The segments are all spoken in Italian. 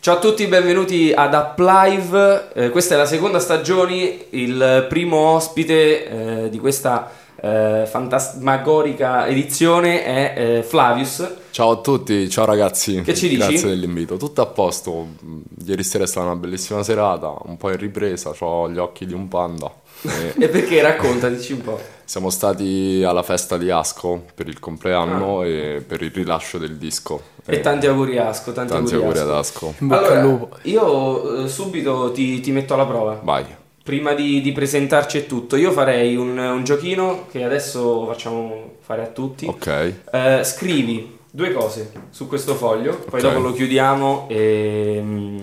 Ciao a tutti, benvenuti ad Uplive. Eh, questa è la seconda stagione, il primo ospite eh, di questa eh, fantasmagorica edizione è eh, Flavius. Ciao a tutti, ciao ragazzi. Che ci dici? Grazie dell'invito. Tutto a posto. Ieri sera è stata una bellissima serata, un po' in ripresa, ho gli occhi di un panda. E E perché racconta, dici un po'. siamo stati alla festa di Asco per il compleanno e per il rilascio del disco. Ah. E tanti auguri Asco, tanti, tanti auguri ad Asco. Asco. In bocca Allora, al lupo. Io eh, subito ti, ti metto alla prova. Vai. Prima di, di presentarci e tutto, io farei un, un giochino che adesso facciamo fare a tutti. Ok. Eh, scrivi due cose su questo foglio, poi Ok. dopo lo chiudiamo e mm,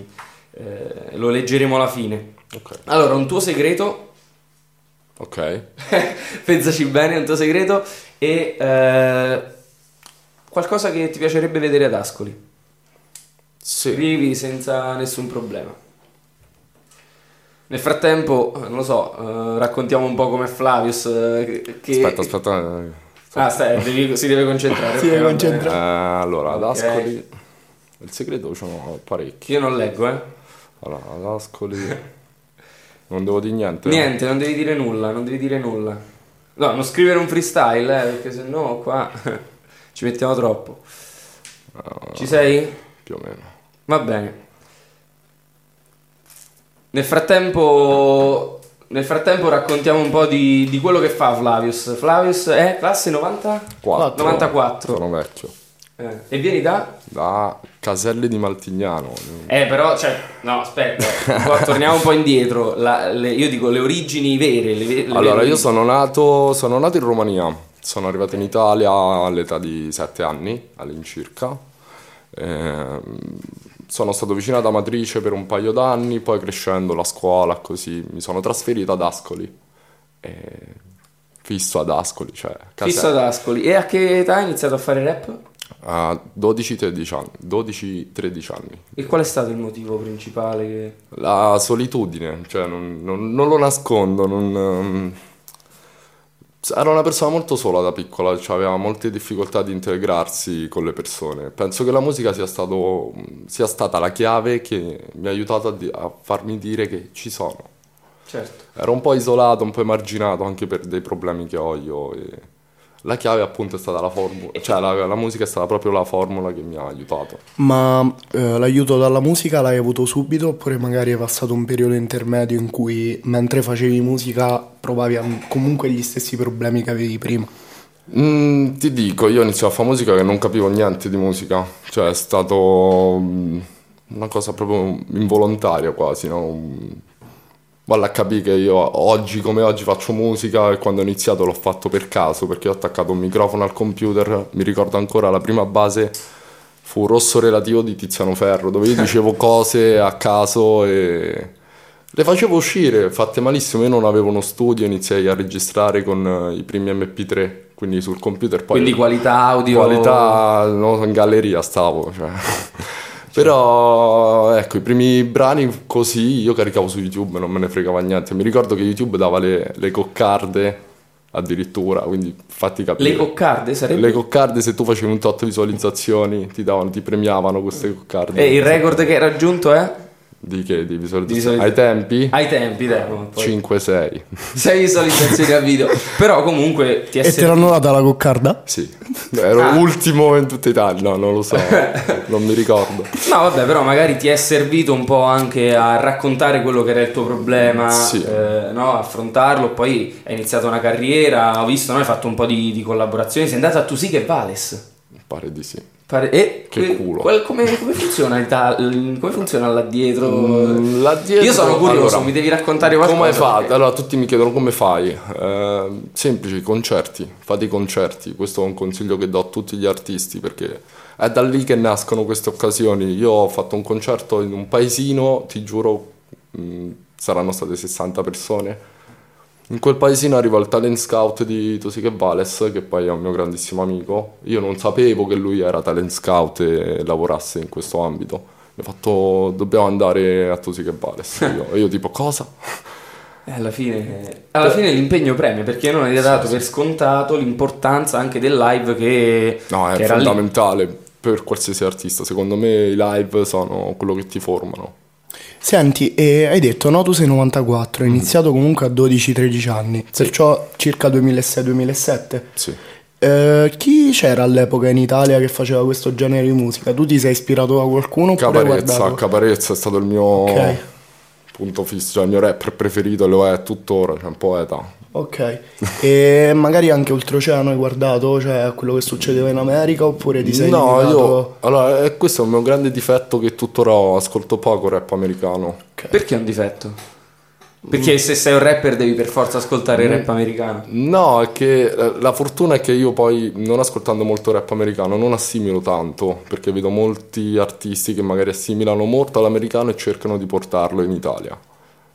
eh, lo leggeremo alla fine. Ok. Allora, un tuo segreto, Ok. pensaci bene, un tuo segreto e eh, qualcosa che ti piacerebbe vedere ad Ascoli. Sì. Scrivi senza nessun problema. Nel frattempo, non lo so, eh, raccontiamo un po' come Flavius eh, che... Aspetta, aspetta. Ah, stai, devi- si deve concentrare. Si ok, deve va bene. Eh, concentrare. allora, ad Ok. Ascoli. Il segreto ce l'ho parecchi. Io non leggo, eh. Allora, ad Ascoli. Non devo dire niente. Niente, non devi dire nulla, non devi dire nulla. No, non scrivere un freestyle, eh, perché sennò qua ci mettiamo troppo. Ci sei? Più o meno. Va bene. Nel frattempo, nel frattempo raccontiamo un po' di, di quello che fa Flavius. Flavius è classe 90? Quattro. 94. Sono vecchio. Eh, E vieni da? Da Caselle di Maltignano. Eh, però, cioè, no, aspetta, qua torniamo un po' indietro. La- le- io dico le origini vere. le ve- le Allora, vere io sono nato, sono nato in Romania, sono arrivato in Italia all'età di 7 anni all'incirca. Ehm, sono stato vicino ad Amatrice per un paio d'anni, poi crescendo la scuola, così mi sono trasferito ad Ascoli. E fisso ad Ascoli, cioè Fisso ad Ascoli. E a che età hai iniziato a fare rap? a 12-13 anni. 12-13 anni. E qual è stato il motivo principale? Che... La solitudine, cioè non, non- non lo nascondo, non, ehm, era una persona molto sola da piccola, cioè aveva molte difficoltà di integrarsi con le persone. Penso che la musica sia, stato- sia stata la chiave che mi ha aiutato a, di- a farmi dire che ci sono. Certo. Ero un po' isolato, un po' emarginato anche per dei problemi che ho io. e la chiave appunto è stata la formula, cioè la, la musica è stata proprio la formula che mi ha aiutato. Ma eh, l'aiuto dalla musica l'hai avuto subito oppure magari è passato un periodo intermedio in cui mentre facevi musica provavi a- comunque gli stessi problemi che avevi prima? Mm, ti dico, io ho iniziato a fare musica che non capivo niente di musica, cioè è stato mm, una cosa proprio involontaria quasi, no? Mm, Valla a capire che io oggi come oggi faccio musica e quando ho iniziato l'ho fatto per caso perché ho attaccato un microfono al computer, mi ricordo ancora la prima base fu Rosso Relativo di Tiziano Ferro dove io dicevo cose a caso e... Le facevo uscire, fatte malissimo, io non avevo uno studio, iniziai a registrare con eh, i primi MP3, quindi sul computer, poi Quindi qualità audio. qualità no, in galleria stavo, cioè. Però ecco, i primi brani così io caricavo su YouTube, non me ne fregava niente. Mi ricordo che YouTube dava le, le coccarde addirittura, quindi fatti capire. Le coccarde sarebbe. Le coccarde, se tu facevi un tot visualizzazioni, ti davano, ti premiavano queste coccarde. E Eh, il record che hai raggiunto è? Di che? Di Di visualizzazioni? visualizz- Ai tempi? Ai tempi, dai. no, poi- 5-6. Sei visualizzazioni a video. Però comunque ti è E te servito. l'hanno data la coccarda? Sì, ero Ah. ultimo in tutta Italia, no, non lo so, non mi ricordo. No, vabbè, però magari ti è servito un po' anche a raccontare quello che era il tuo problema, Sì. eh, no? affrontarlo. Poi hai iniziato una carriera. Ho visto, no? hai fatto un po' di, di collaborazioni. Sei andato a Tu sì che Vales. Pare di sì. Pare- E Che que- culo. quel- come, come funziona il ta- il- come funziona là dietro? Mm, là dietro- Io sono curioso, allora, mi devi raccontare qualcosa. Come hai fatto? perché- Allora, tutti mi chiedono come fai. Eh, semplici, concerti, fate i concerti. Questo è un consiglio che do a tutti gli artisti perché è da lì che nascono queste occasioni. Io ho fatto un concerto in un paesino, ti giuro, mh, saranno state 60 persone. In quel paesino arriva il talent scout di Tosiche Vales, che poi è un mio grandissimo amico. Io non sapevo che lui era talent scout e lavorasse in questo ambito. Mi ha fatto, dobbiamo andare a Tosiche Vales. Io, e io tipo, cosa? Eh, Alla fine, alla fine l'impegno premia perché non hai dato per scontato l'importanza anche del live che, No, è che era lì. fondamentale. per qualsiasi artista. Secondo me i live sono quello che ti formano. Senti, e hai detto no, tu sei 94, hai iniziato comunque a 12-13 anni, perciò circa 2006-2007. Sì. Eh, chi c'era all'epoca in Italia che faceva questo genere di musica? Tu ti sei ispirato a qualcuno oppure hai Caparezza, guardato? Caparezza è stato il mio Ok. punto fisso, cioè il mio rapper preferito, lo è tuttora, cioè un poeta. Ok, e magari anche oltreoceano hai guardato, cioè quello che succedeva in America oppure ti sei no, limitato- io... Allora, eh, questo è un mio grande difetto che tuttora ho, ascolto poco rap americano. Perché è un difetto? Perché se sei un rapper devi per forza ascoltare Mm. il rap americano. No, è che eh, la fortuna è che io poi, non ascoltando molto rap americano, non assimilo tanto, perché vedo molti artisti che magari assimilano molto all'americano e cercano di portarlo in Italia.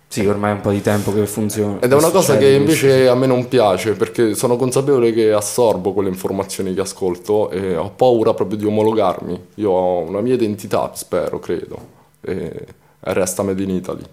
Sì, ormai è un po' di tempo che funziona. Ed è una cosa succede che questo. invece a me non piace, perché sono consapevole che assorbo quelle informazioni che ascolto e ho paura proprio di omologarmi. Io ho una mia identità, spero, credo, e resta Made in Italy.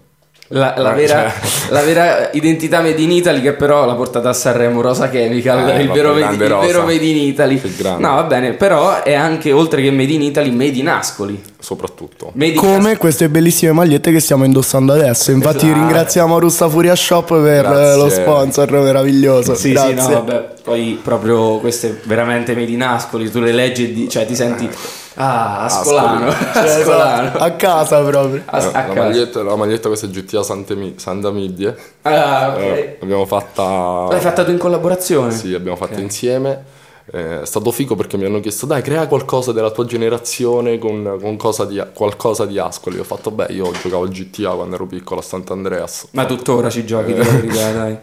La, la Eh, vera, la vera identità made in Italy che però l'ha portata a Sanremo Rosa Chemical, Eh, il, vabbè, vero made, grande il Rosa. vero made in Italy. Che grande. No, va bene, però è anche oltre che made in Italy, made in Ascoli. soprattutto. Made in Come queste bellissime magliette che stiamo indossando adesso. Infatti Esatto. ringraziamo Rusta Furia Shop per eh, Grazie. lo sponsor meraviglioso. Sì, sì, Grazie. no, vabbè. Poi proprio queste veramente made in Ascoli, tu le leggi e di- cioè, ti Eh. senti ah, ascolano, Cioè, esatto, ascolano. a casa proprio. As- a Eh, caso. la, maglietta, la maglietta questa è GTA Santemi- Sant'Amidie, Ah, ok. eh, l'abbiamo fatta... L'hai fatta tu in collaborazione? Sì, l'abbiamo fatta insieme. Eh, è stato figo perché mi hanno chiesto dai crea qualcosa della tua generazione con, con cosa di, qualcosa di Ascoli. Ho fatto beh io giocavo a GTA quando ero piccolo a Sant'Andreas. Ma tuttora ci giochi, di la verità, dai. Eh.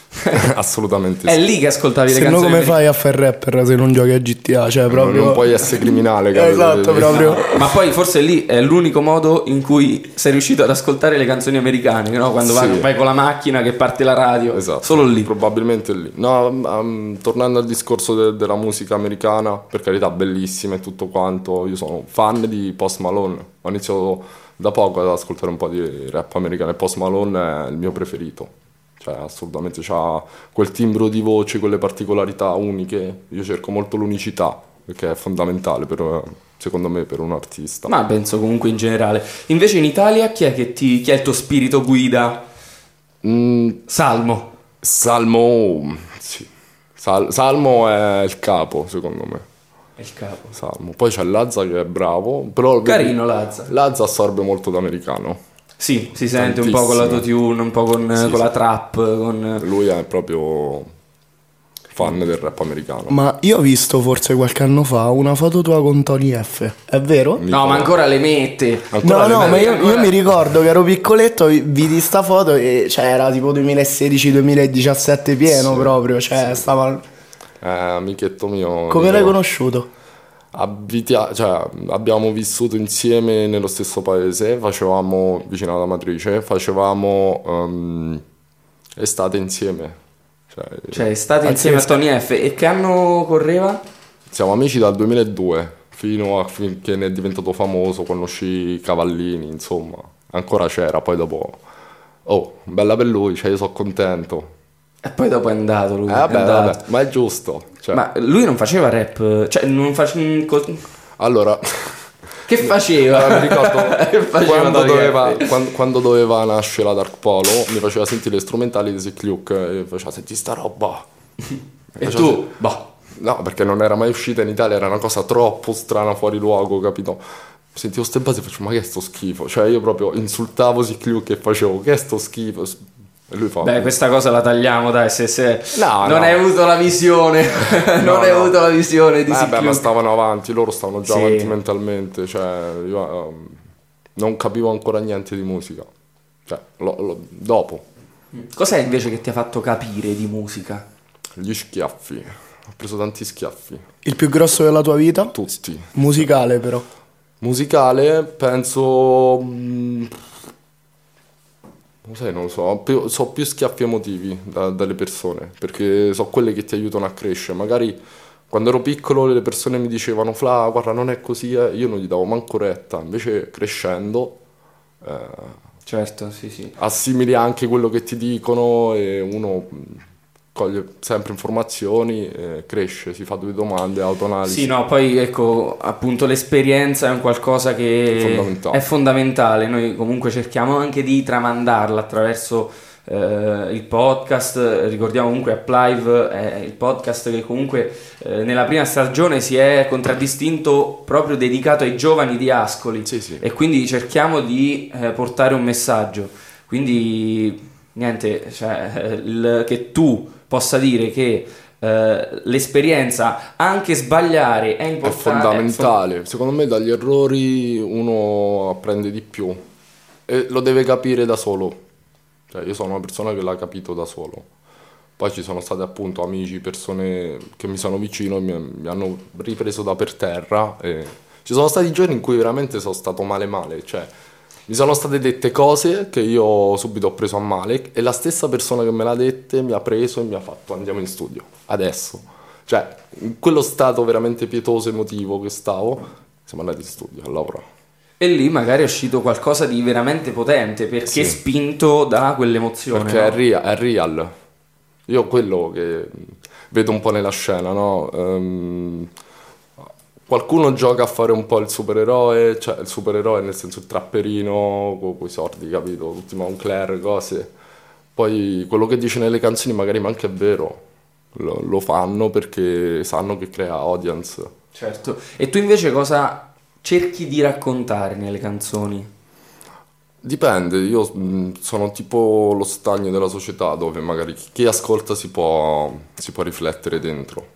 Sì, assolutamente È sì. lì che ascoltavi le Se no canzoni. come americane. fai a far rapper se non giochi a GTA? Cioè, proprio... Non puoi essere criminale, capito? Esatto, Devi- proprio. Ma poi forse lì è l'unico modo in cui sei riuscito ad ascoltare le canzoni americane, no? quando Sì. vai, vai con la macchina che parte la radio, Esatto. solo lì. Probabilmente lì. No, ma, mm, tornando al discorso de- della musica americana, per carità, bellissima e tutto quanto. Io sono fan di Post Malone. Ho iniziato da poco ad ascoltare un po' di rap americano e Post Malone è il mio preferito. Cioè, assolutamente c'ha quel timbro di voce, quelle particolarità uniche. Io cerco molto l'unicità, perché è fondamentale per, secondo me per un artista. Ma penso comunque in generale. Invece in Italia chi è, che ti, chi è il tuo spirito guida? Mm, Salmo. Salmo, sì. Sal- Salmo è il capo, secondo me. È il capo. Salmo. Poi c'è Lazza che è bravo, però Carino Lazza. Lazza assorbe molto d'americano. Sì, si sente un po' con l'autotune, un po' con, Sì, con sì. la trap, con... Lui è proprio fan del rap americano. Ma io ho visto forse qualche anno fa una foto tua con Tony F. È vero? No, ma ancora le mette. Ancora le no, no, mette? ma io, Ancora- io mi ricordo che ero piccoletto, vi- vidi sta foto e cioè, era tipo 2016-2017 pieno proprio, cioè stava... Eh, amichetto mio. Come io- l'hai conosciuto? abitia- cioè, abbiamo vissuto insieme nello stesso paese, facevamo vicino alla matrice, facevamo ehm, estate insieme. Cioè, Cioè, state insieme a Tony F. E che anno correva? Siamo amici dal 2002 fino a finché ne è diventato famoso, conosci Cavallini, insomma. Ancora c'era, poi dopo... Oh, bella per lui, cioè io sono contento. E poi dopo è andato lui. Eh, è vabbè, andato. vabbè, ma è giusto. cioè. Ma lui non faceva rap, cioè non face- co- Allora, Che faceva? mi ricordo Che faceva quando, Tony F? doveva, quan- quando doveva nascere la Dark Polo, mi faceva sentire le strumentali di Sick Luke e faceva senti sta roba. E tu, boh. No, perché non era mai uscita in Italia, era una cosa troppo strana, fuori luogo, capito? Sentivo ste basi e facevo, ma che è sto schifo? Cioè io proprio insultavo Sick che e facevo, che è sto schifo? E lui fa, Beh, questa cosa la tagliamo, dai, se, se... No, non no. hai avuto la visione, non No, hai no. avuto la visione di vabbè, "Eh, ma Siciliano. stavano avanti, loro stavano già Sì. avanti mentalmente, cioè io ehm, non capivo ancora niente di musica. Cioè, lo- lo- dopo, Cos'è invece che ti ha fatto capire di musica? gli schiaffi, ho preso tanti schiaffi, Il più grosso della tua vita? tutti. Musicale però. Musicale, penso... mm, Lo sai, non lo so, più- so più schiaffi emotivi da- dalle persone, perché so quelle che ti aiutano a crescere. Magari quando ero piccolo le persone mi dicevano, Fla, guarda, non è così, eh", io non gli davo manco retta, invece crescendo eh, Certo, sì, sì. assimili anche quello che ti dicono e uno mm, coglie sempre informazioni, eh, cresce, si fa due domande, autoanalisi. Sì, no, poi ecco, appunto l'esperienza è un qualcosa che È fondamentale. è fondamentale. Noi comunque cerchiamo anche di tramandarla attraverso eh, il podcast. Ricordiamo comunque Applive è il podcast che comunque eh, nella prima stagione si è contraddistinto proprio dedicato ai giovani di Ascoli Sì, sì. e quindi cerchiamo di eh, portare un messaggio. Quindi niente, cioè, eh, il- che tu possa dire che eh, l'esperienza, anche sbagliare, è È importante. fondamentale. Secondo me dagli errori uno apprende di più e lo deve capire da solo. Cioè, io sono una persona che l'ha capito da solo. Poi ci sono stati appunto amici, persone che mi sono vicino e mi, mi hanno ripreso da per terra. e Ci sono stati giorni in cui veramente sono stato male male, cioè mi sono state dette cose che io subito ho preso a male e la stessa persona che me l'ha dette mi ha preso e mi ha fatto andiamo in studio, adesso. Cioè, in quello stato veramente pietoso emotivo che stavo, siamo andati in studio a lavorare. E lì magari è uscito qualcosa di veramente potente perché Sì. spinto da quell'emozione. Perché Cioè, è, no? rea- è real. Io quello che vedo un po' nella scena, no? Ehm, qualcuno gioca a fare un po' il supereroe, cioè il supereroe nel senso il trapperino, con quei sordi, capito? Tutti Moncler, cose. Poi quello che dice nelle canzoni magari ma anche è vero. Lo, lo fanno perché sanno che crea audience. Certo. E tu invece cosa cerchi di raccontare nelle canzoni? Dipende, io mh, sono tipo lo stagno della società dove magari chi chi ascolta si può, si può riflettere dentro.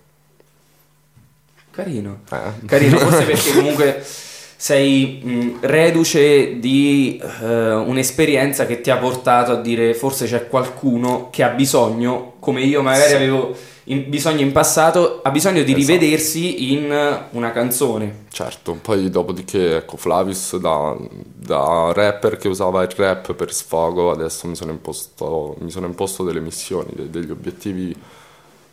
Carino. Eh? Carino, forse perché comunque sei mh, reduce di eh, un'esperienza che ti ha portato a dire forse c'è qualcuno che ha bisogno, come io magari Sì. avevo in- bisogno in passato, ha bisogno di Esatto. rivedersi in una canzone. Certo, poi dopodiché, ecco, Flavis da, da rapper che usava il rap per sfogo, adesso mi sono imposto, mi sono imposto delle missioni, de- degli obiettivi,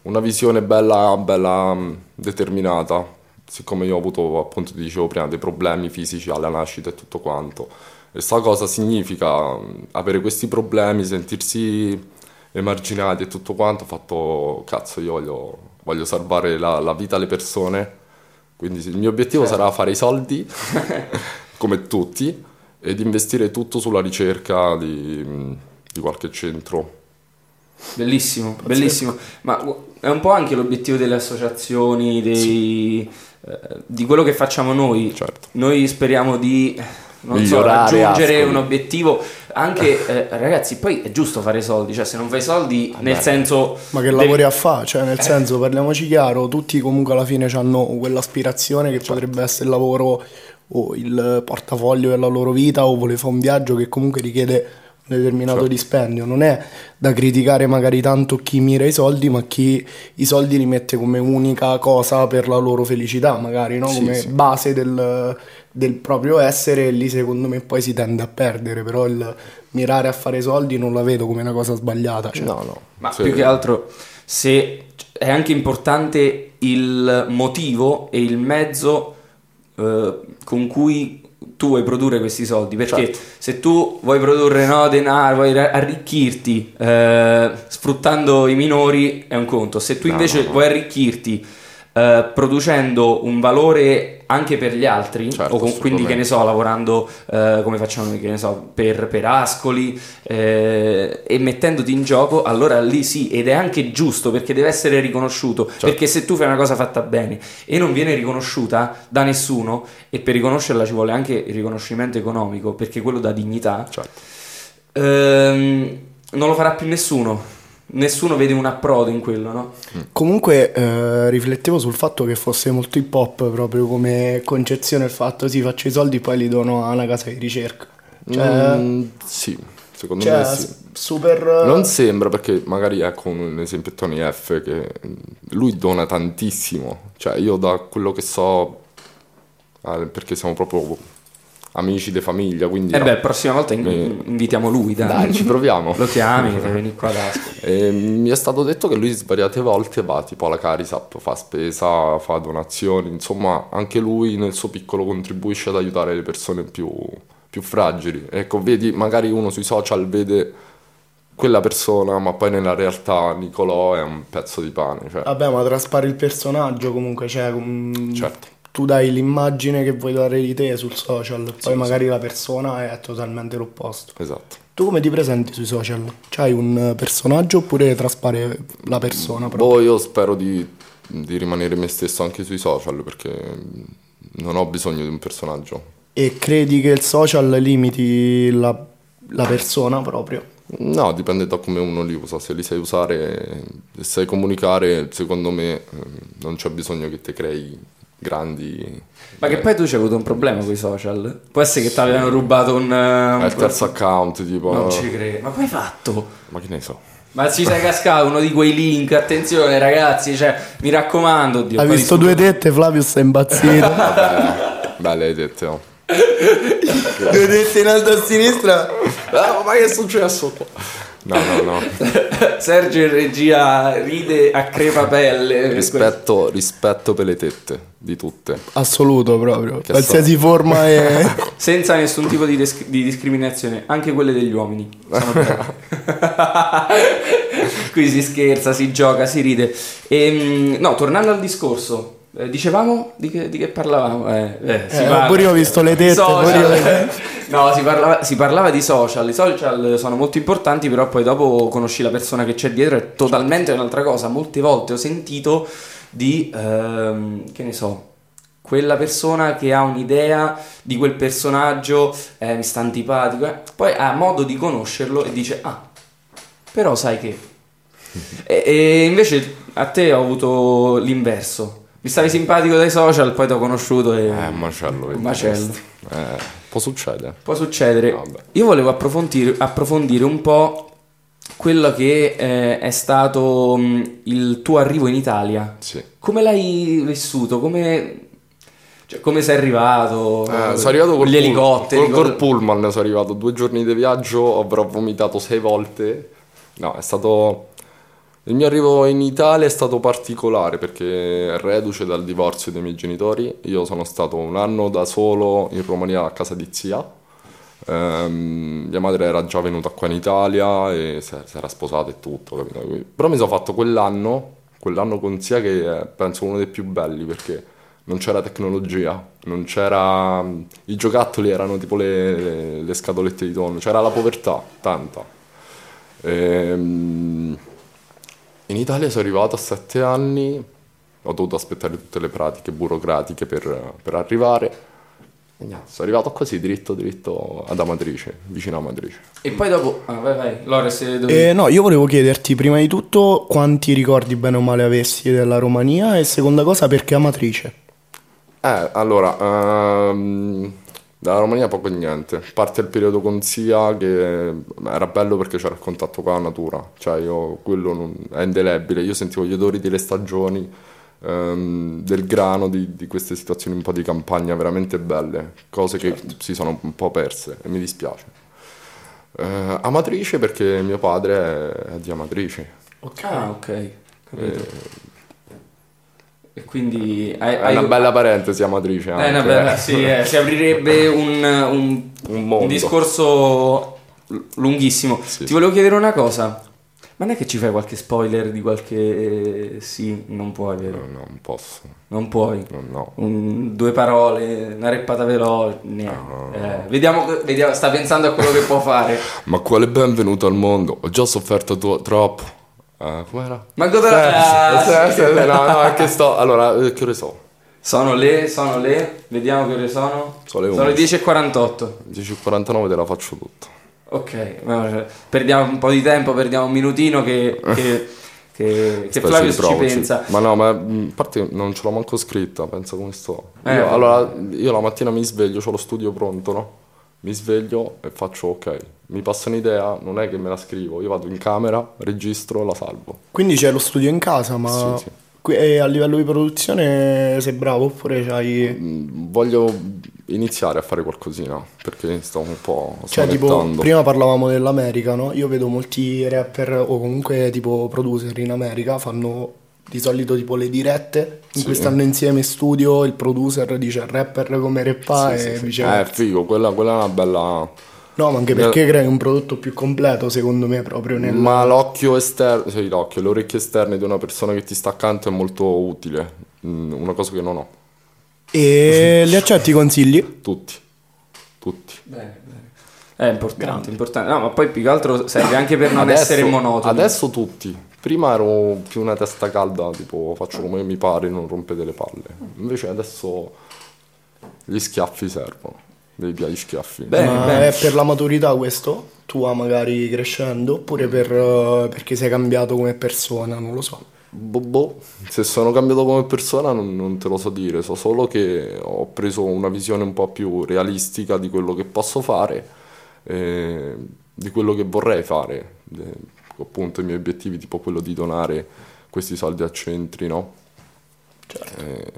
una visione bella, bella mh, determinata. Siccome io ho avuto, appunto, ti dicevo prima, dei problemi fisici alla nascita e tutto quanto. E sta cosa significa mh, avere questi problemi, sentirsi emarginati e tutto quanto, ho fatto, cazzo, io voglio, voglio salvare la, la vita alle persone. Quindi il mio obiettivo Certo. sarà fare i soldi, come tutti, ed investire tutto sulla ricerca di, mm, di qualche centro. Bellissimo, bellissimo. Ma gu- è un po' anche l'obiettivo delle associazioni, dei- eh, di quello che facciamo noi. Certo. Noi speriamo di non so, Migliorare raggiungere Ascoli. un obiettivo. Anche eh, ragazzi, poi è giusto fare soldi, cioè se non fai soldi, nel Ah, beh. senso. Ma che devi- lavori a fa? Cioè, Eh. nel senso, parliamoci chiaro, tutti comunque alla fine hanno quell'aspirazione che Certo. potrebbe essere il lavoro o il portafoglio della loro vita o vuole fare un viaggio che comunque richiede Certo. un determinato dispendio. Non è da criticare magari tanto chi mira i soldi, ma chi i soldi li mette come unica cosa per la loro felicità, magari, no? Sì, come sì. base del, del proprio essere e lì secondo me poi si tende a perdere, però il mirare a fare soldi non la vedo come una cosa sbagliata. Cioè. No, no. Ma Se- più che altro, se è anche importante il motivo e il mezzo eh, con cui tu vuoi produrre questi soldi. Perché Certo. se tu vuoi produrre no, denaro, vuoi ra- arricchirti eh, sfruttando i minori, è un conto. Se tu No, invece no, no. vuoi arricchirti eh, producendo un valore anche per gli altri, Certo, o con- quindi che ne so, lavorando eh, come facciamo noi, che ne so, per, per Ascoli eh, e mettendoti in gioco, allora lì sì, ed è anche giusto perché deve essere riconosciuto, Certo. perché se tu fai una cosa fatta bene e non viene riconosciuta da nessuno, e per riconoscerla ci vuole anche il riconoscimento economico, perché quello dà dignità, Certo. ehm, non lo farà più nessuno. Nessuno vede un approdo in quello, no? Comunque eh, riflettevo sul fatto che fosse molto hip hop proprio come concezione il fatto sì faccio i soldi poi li dono a una casa di ricerca. Cioè, Mm, sì, secondo cioè, me sì. s- super... Non sembra perché magari ecco un un esempio è Tony F che mm, lui dona tantissimo, cioè io da quello che so eh, perché siamo proprio amici di famiglia, quindi E Eh beh, la prossima volta in- Eh. invitiamo lui, dai. dai, ci proviamo. Lo chiami, fai venire qua ad Ascoli. E mi è stato detto che lui svariate volte va tipo alla Carisap, fa spesa, fa donazioni, insomma anche lui nel suo piccolo contribuisce ad aiutare le persone più, più fragili. Ecco, vedi, magari uno sui social vede quella persona, ma poi nella realtà Nicolò è un pezzo di pane. Cioè, Vabbè, ma traspare il personaggio comunque, cioè, com- Certo. tu dai l'immagine che vuoi dare di te sul social, poi sì. magari la persona è totalmente l'opposto. esatto. Tu come ti presenti sui social? C'hai un eh, personaggio oppure traspare la persona proprio? Boh, io spero di, di rimanere me stesso anche sui social perché non ho bisogno di un personaggio. E credi che il social limiti la, la persona proprio? No, dipende da come uno li usa. Se li sai usare, se sai comunicare, secondo me ehm, non c'è bisogno che te crei grandi. Ma che poi tu c'hai avuto un problema con i social? Può essere che ti avevano rubato un... eh, Ah, un È il terzo account, tipo. Non ci credo. Ma poi hai fatto? Ma che ne so. Ma ci sei cascato uno di quei link, attenzione ragazzi, cioè, mi raccomando, Dio. Hai visto due tette, Flavio sta impazzito. Belle hai detto. no? due tette in alto a sinistra. Ah, ma che è successo qua? No, no, no. Eh, Sergio in regia ride a crepapelle. Rispetto, rispetto per le tette, di tutte. Assoluto proprio. Qualsiasi forma è... Senza nessun tipo di, dis- di discriminazione, anche quelle degli uomini. Sono belle. Qui si scherza, si gioca, si ride. Ehm, no, tornando al discorso, eh, dicevamo di che, di che parlavamo? Eh, eh, si Eh, parla- pure io ho visto le tette, Social. pure io- No, si parlava, si parlava di social. I social sono molto importanti, però poi dopo conosci la persona che c'è dietro, è totalmente un'altra cosa. Molte volte ho sentito di, ehm, che ne so, quella persona che ha un'idea di quel personaggio, eh, mi sta antipatico, eh, poi ha modo di conoscerlo e dice, ah, però sai che... e, e invece a te ho avuto l'inverso. Mi stavi simpatico dai social, poi ti ho conosciuto e... Eh, un macello. vedi, Un macello. questo. Eh, può succedere. Può succedere. Ah, Vabbè. Io volevo approfondire, approfondire un po' quello che eh, è stato mh, il tuo arrivo in Italia. Sì. Come l'hai vissuto? Come, cioè, come sei arrivato? Eh, sono arrivato col, Gli pull- elicotteri. col, col col- pullman, sono arrivato due giorni di viaggio, avrò vomitato sei volte. No, è stato... Il mio arrivo in Italia è stato particolare perché reduce dal divorzio dei miei genitori, io sono stato un anno da solo in Romania a casa di zia. Ehm, mia madre era già venuta qua in Italia e si si era sposata e tutto, capito? Quindi- Però mi sono fatto quell'anno, quell'anno con zia che è, penso uno dei più belli perché non c'era tecnologia, non c'era... i giocattoli erano tipo le, le scatolette di tonno, c'era la povertà, tanta. Ehm, in Italia sono arrivato a sette anni, ho dovuto aspettare tutte le pratiche burocratiche per, per arrivare. E niente, sono arrivato così, dritto dritto ad Amatrice, vicino a Amatrice. E poi dopo... Ah, vai, vai. Lore, se dovevi... Eh, no, io volevo chiederti prima di tutto quanti ricordi bene o male avessi della Romania e seconda cosa perché Amatrice. Eh, allora, ehm, dalla Romania poco e niente. Parte il periodo con Sia che era bello perché c'era il contatto con la natura, cioè io, quello non- è indelebile, io sentivo gli odori delle stagioni, ehm, del grano, di, di queste situazioni un po' di campagna veramente belle, cose che si sono un po' perse e mi dispiace. Eh, Amatrice perché mio padre è, è di Amatrice, Ah, ok. Capito. E quindi... Hai, è una hai- bella parentesi Amatrice Eh, anche, no, beh, eh. sì, eh, si aprirebbe un, un- Un mondo. discorso l- lunghissimo. Sì. Ti volevo chiedere una cosa. Ma non è che ci fai qualche spoiler di qualche... eh, Sì, non puoi, vero? No, no, non posso, Non puoi. no, no. Un- due parole, una reppata veloce. niente. Eh, vediamo, vediamo, sta pensando a quello che può fare. Ma quale benvenuto al mondo? Ho già sofferto tu- troppo. Eh, com'era? Ma cosa... Eh, sì, sì, no, no, è che sto. Allora, eh, che ore so? Sono le, sono le, vediamo che ore sono. Sono le sono le 11. 10.48. 10.49 te la faccio tutta. Ok, ma, cioè, perdiamo un po' di tempo, perdiamo un minutino che, che, che- che Aspetta, Flavio ci provo, pensa. Ma no, ma mh, a parte non ce l'ho manco scritta, pensa come sto. Eh. Io- allora, io la mattina mi sveglio, ho lo studio pronto, no? Mi sveglio e faccio ok. Mi passa un'idea, non è che me la scrivo, io vado in camera, registro, la salvo. Quindi c'è lo studio in casa, ma Sì, sì. qui- e a livello di produzione sei bravo oppure c'hai... Mm, Voglio iniziare a fare qualcosina, perché sto un po' Cioè tipo, smanettando. prima parlavamo dell'America, no? Io vedo molti rapper o comunque tipo producer in America fanno di solito tipo le dirette in cui stanno insieme in studio, il producer dice al rapper come reppa Sì, e sì, sì. viceversa. Eh, figo, quella, quella è una bella, No, ma anche perché crei un prodotto più completo, secondo me, proprio nel... Ma l'occhio esterno, cioè l'occhio, le orecchie esterne di una persona che ti sta accanto è molto utile, Mm, una cosa che non ho, E li accetti i consigli? tutti, tutti. Bene, bene. È importante, importante. No, ma poi più che altro serve anche per non essere monotoni. Adesso tutti. Prima ero più una testa calda, tipo faccio come mi pare, non rompete le palle. Invece adesso gli schiaffi servono, devi pigliare gli schiaffi. Beh, Bene, Ma bene. è per la maturità questo? Tua magari crescendo? Oppure per, eh, perché sei cambiato come persona? Non lo so. Boh, boh. Se sono cambiato come persona non, non te lo so dire, so solo che ho preso una visione un po' più realistica di quello che posso fare, eh, di quello che vorrei fare, de- appunto i miei obiettivi, tipo quello di donare questi soldi a centri, no? Eh,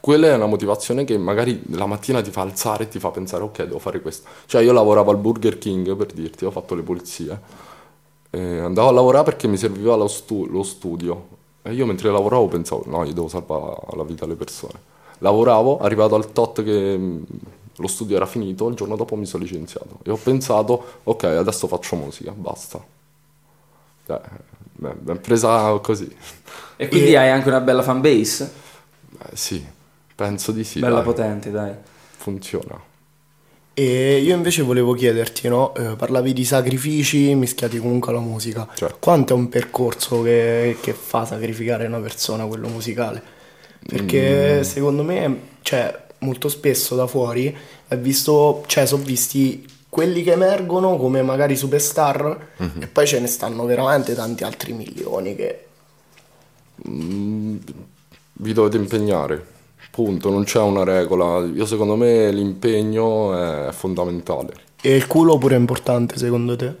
quella è una motivazione che magari la mattina ti fa alzare e ti fa pensare ok, devo fare questo. Cioè io lavoravo al Burger King per dirti, ho fatto le pulizie. Eh, andavo a lavorare perché mi serviva lo, stu- lo studio e io mentre lavoravo pensavo no, io devo salvare la vita alle persone. Lavoravo, arrivato al tot che mh, lo studio era finito, il giorno dopo mi sono licenziato e ho pensato ok, adesso faccio musica, basta. Cioè, beh, mi è presa così. E quindi hai anche una bella fan base, Eh, sì, penso di sì. bella dai. potente, dai. Funziona. E io invece volevo chiederti, no? Eh, parlavi di sacrifici mischiati comunque alla musica. Certo. Quanto è un percorso che, che fa sacrificare una persona, quello musicale? Perché secondo me, cioè, molto spesso da fuori è visto, cioè, sono visti quelli che emergono come magari superstar e poi ce ne stanno veramente tanti altri milioni che... vi dovete impegnare. Punto, non c'è una regola. Io secondo me l'impegno è fondamentale. E il culo pure è importante, secondo te?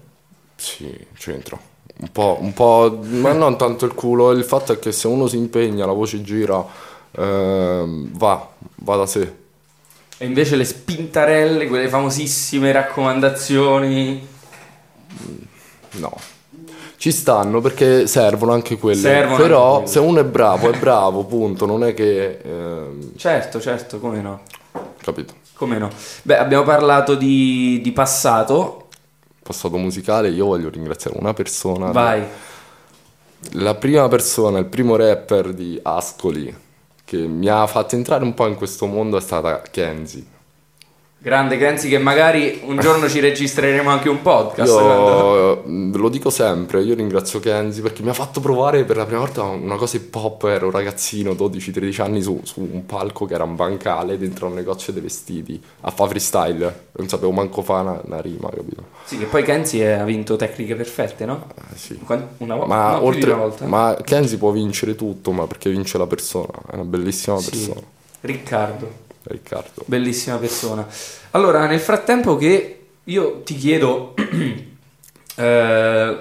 Sì, c'entra. Un po', un po', ma non tanto il culo. Il fatto è che se uno si impegna, la voce gira, ehm, va, va da sé. E invece le spintarelle, quelle famosissime raccomandazioni, No. Ci stanno perché servono anche quelle. Servono Però anche quelle. se uno è bravo, è bravo, punto. Non è che... ehm, certo, certo, come no? capito? Come no? Beh, abbiamo parlato di, di passato, Passato musicale, io voglio ringraziare una persona. vai. La prima persona, il primo rapper di Ascoli che mi ha fatto entrare un po' in questo mondo è stata Kenzie. Grande Grenzi che magari un giorno ci registreremo anche un podcast. guarda. Io mh, lo dico sempre, io ringrazio Kenzie perché mi ha fatto provare per la prima volta una cosa hip hop, ero un ragazzino 12-13 anni su, su un palco che era un bancale dentro un negozio dei vestiti a fa freestyle, non sapevo manco fa una, una rima, capito? Sì, che poi Kenzi ha vinto tecniche perfette, no? Eh, sì. Quan- Una volta, Ma, no, più di oltre, una volta. ma Kenzie può vincere tutto, ma perché vince la persona, è una bellissima Sì. persona, Riccardo. Riccardo. Ecco. Bellissima persona. Allora, nel frattempo che io ti chiedo eh,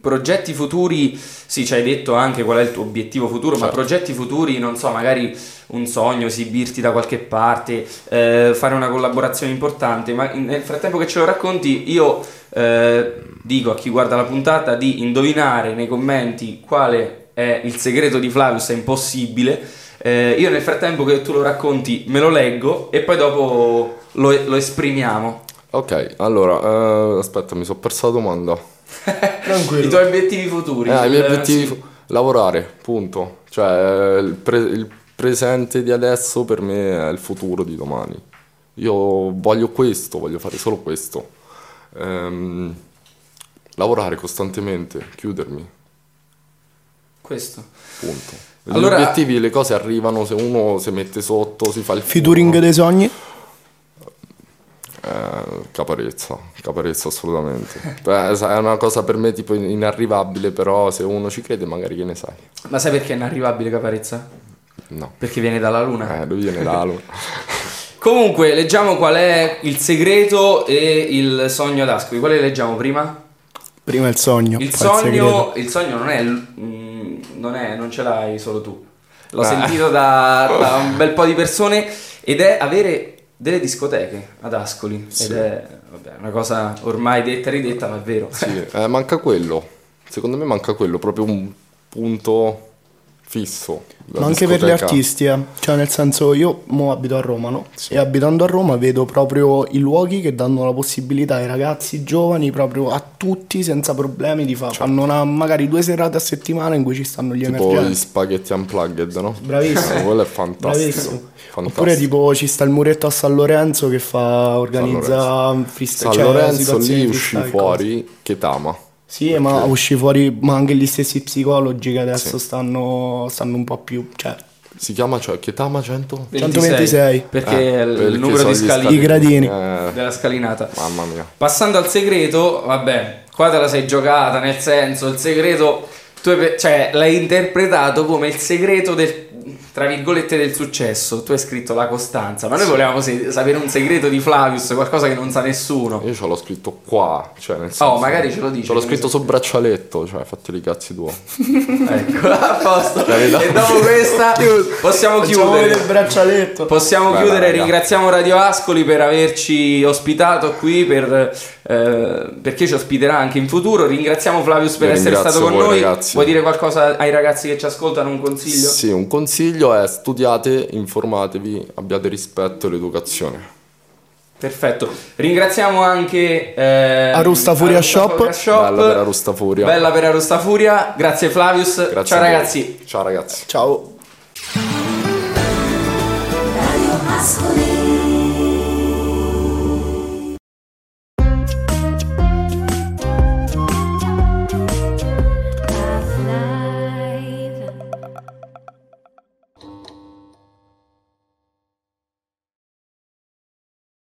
progetti futuri, sì, ci hai detto anche qual è il tuo obiettivo futuro, ma Certo. progetti futuri, non so, magari un sogno, esibirti da qualche parte, eh, fare una collaborazione importante, ma in- nel frattempo che ce lo racconti io eh, dico a chi guarda la puntata di indovinare nei commenti quale è il segreto di Flavius, è impossibile. Eh, io nel frattempo che tu lo racconti me lo leggo e poi dopo lo, lo esprimiamo. Ok, allora, eh, aspetta, mi sono perso la domanda. Tranquillo. I tuoi obiettivi futuri. Eh, i miei il- obiettivi... sì. fu- Lavorare, punto. Cioè, eh, il, pre- il presente di adesso per me è il futuro di domani. Io voglio questo, voglio fare solo questo. Ehm, lavorare costantemente, chiudermi, Questo. punto. Allora- Gli obiettivi, le cose arrivano se uno si mette sotto, si fa il Featuring furo. dei sogni? Eh, caparezza, caparezza assolutamente. Beh, sa- è una cosa per me tipo in- inarrivabile, però se uno ci crede magari che ne sai. Ma sai perché è inarrivabile Caparezza? No. Perché viene dalla luna. Eh, lui viene da Alu. Comunque, leggiamo qual è il segreto e il sogno ad Ascoli. Quale leggiamo prima? Prima il sogno. Il poi il segreto. sogno, il sogno non è, l- mm, non è- non ce l'hai solo tu. L'ho Ah. sentito da, da un bel po' di persone ed è avere delle discoteche ad Ascoli. Ed Sì. è vabbè, una cosa ormai detta e ridetta, ma è vero. Sì, eh, manca quello. Secondo me manca quello, proprio un punto fisso. la Ma anche per gli discoteca. artisti, eh. cioè nel senso io mo abito a Roma, no? Sì. E abitando a Roma vedo proprio i luoghi che danno la possibilità ai ragazzi giovani, proprio a tutti senza problemi di fare. Fanno una- magari due serate a settimana in cui ci stanno gli Certo. Tipo gli emergenti. spaghetti unplugged, no? Bravissimo. Eh, quello è fantastico. Bravissimo. fantastico. Oppure tipo ci sta il muretto a San Lorenzo che fa organizza San freestyle. cioè, Lorenzo situazioni lì di uscì freestyle, cose. fuori Chetama. Sì, ma uscì fuori ma anche gli stessi psicologi che adesso stanno, stanno un po' più, cioè Si chiama cioè Chetama 100? 126. Perché Eh, è il perché numero sono di gli scali- I gradini. Eh, della scalinata. mamma mia. Passando al segreto, vabbè, qua te la sei giocata, nel senso, il segreto, tu hai pe- cioè, l'hai interpretato come il segreto del, tra virgolette, del successo. Tu hai scritto la costanza, ma noi volevamo se- sapere un segreto di Flavius, qualcosa che non sa nessuno. Eh. Io ce l'ho scritto qua, cioè nel senso... Oh, magari ce lo dici. Ce l'ho scritto sul braccialetto, cioè fatti i cazzi tuoi. Ecco, a posto. E dopo questa possiamo Facciamo vedere il chiudere. braccialetto. Possiamo Beh, chiudere, beh, raga. ringraziamo Radio Ascoli per averci ospitato qui, per, eh, perché ci ospiterà anche in futuro. Ringraziamo Flavius per Vi essere ringrazio stato con voi, noi. ragazzi. Vuoi dire qualcosa ai ragazzi che ci ascoltano? Un consiglio? Sì, un consiglio è studiate, informatevi, abbiate rispetto e l'educazione. Perfetto. Ringraziamo anche eh, Arusta Furia Shop. Bella per Arusta Furia. Bella per Arusta Furia. Grazie Flavius. Grazie Ciao a voi. ragazzi. Ciao ragazzi. Ciao. Radio Ascoli.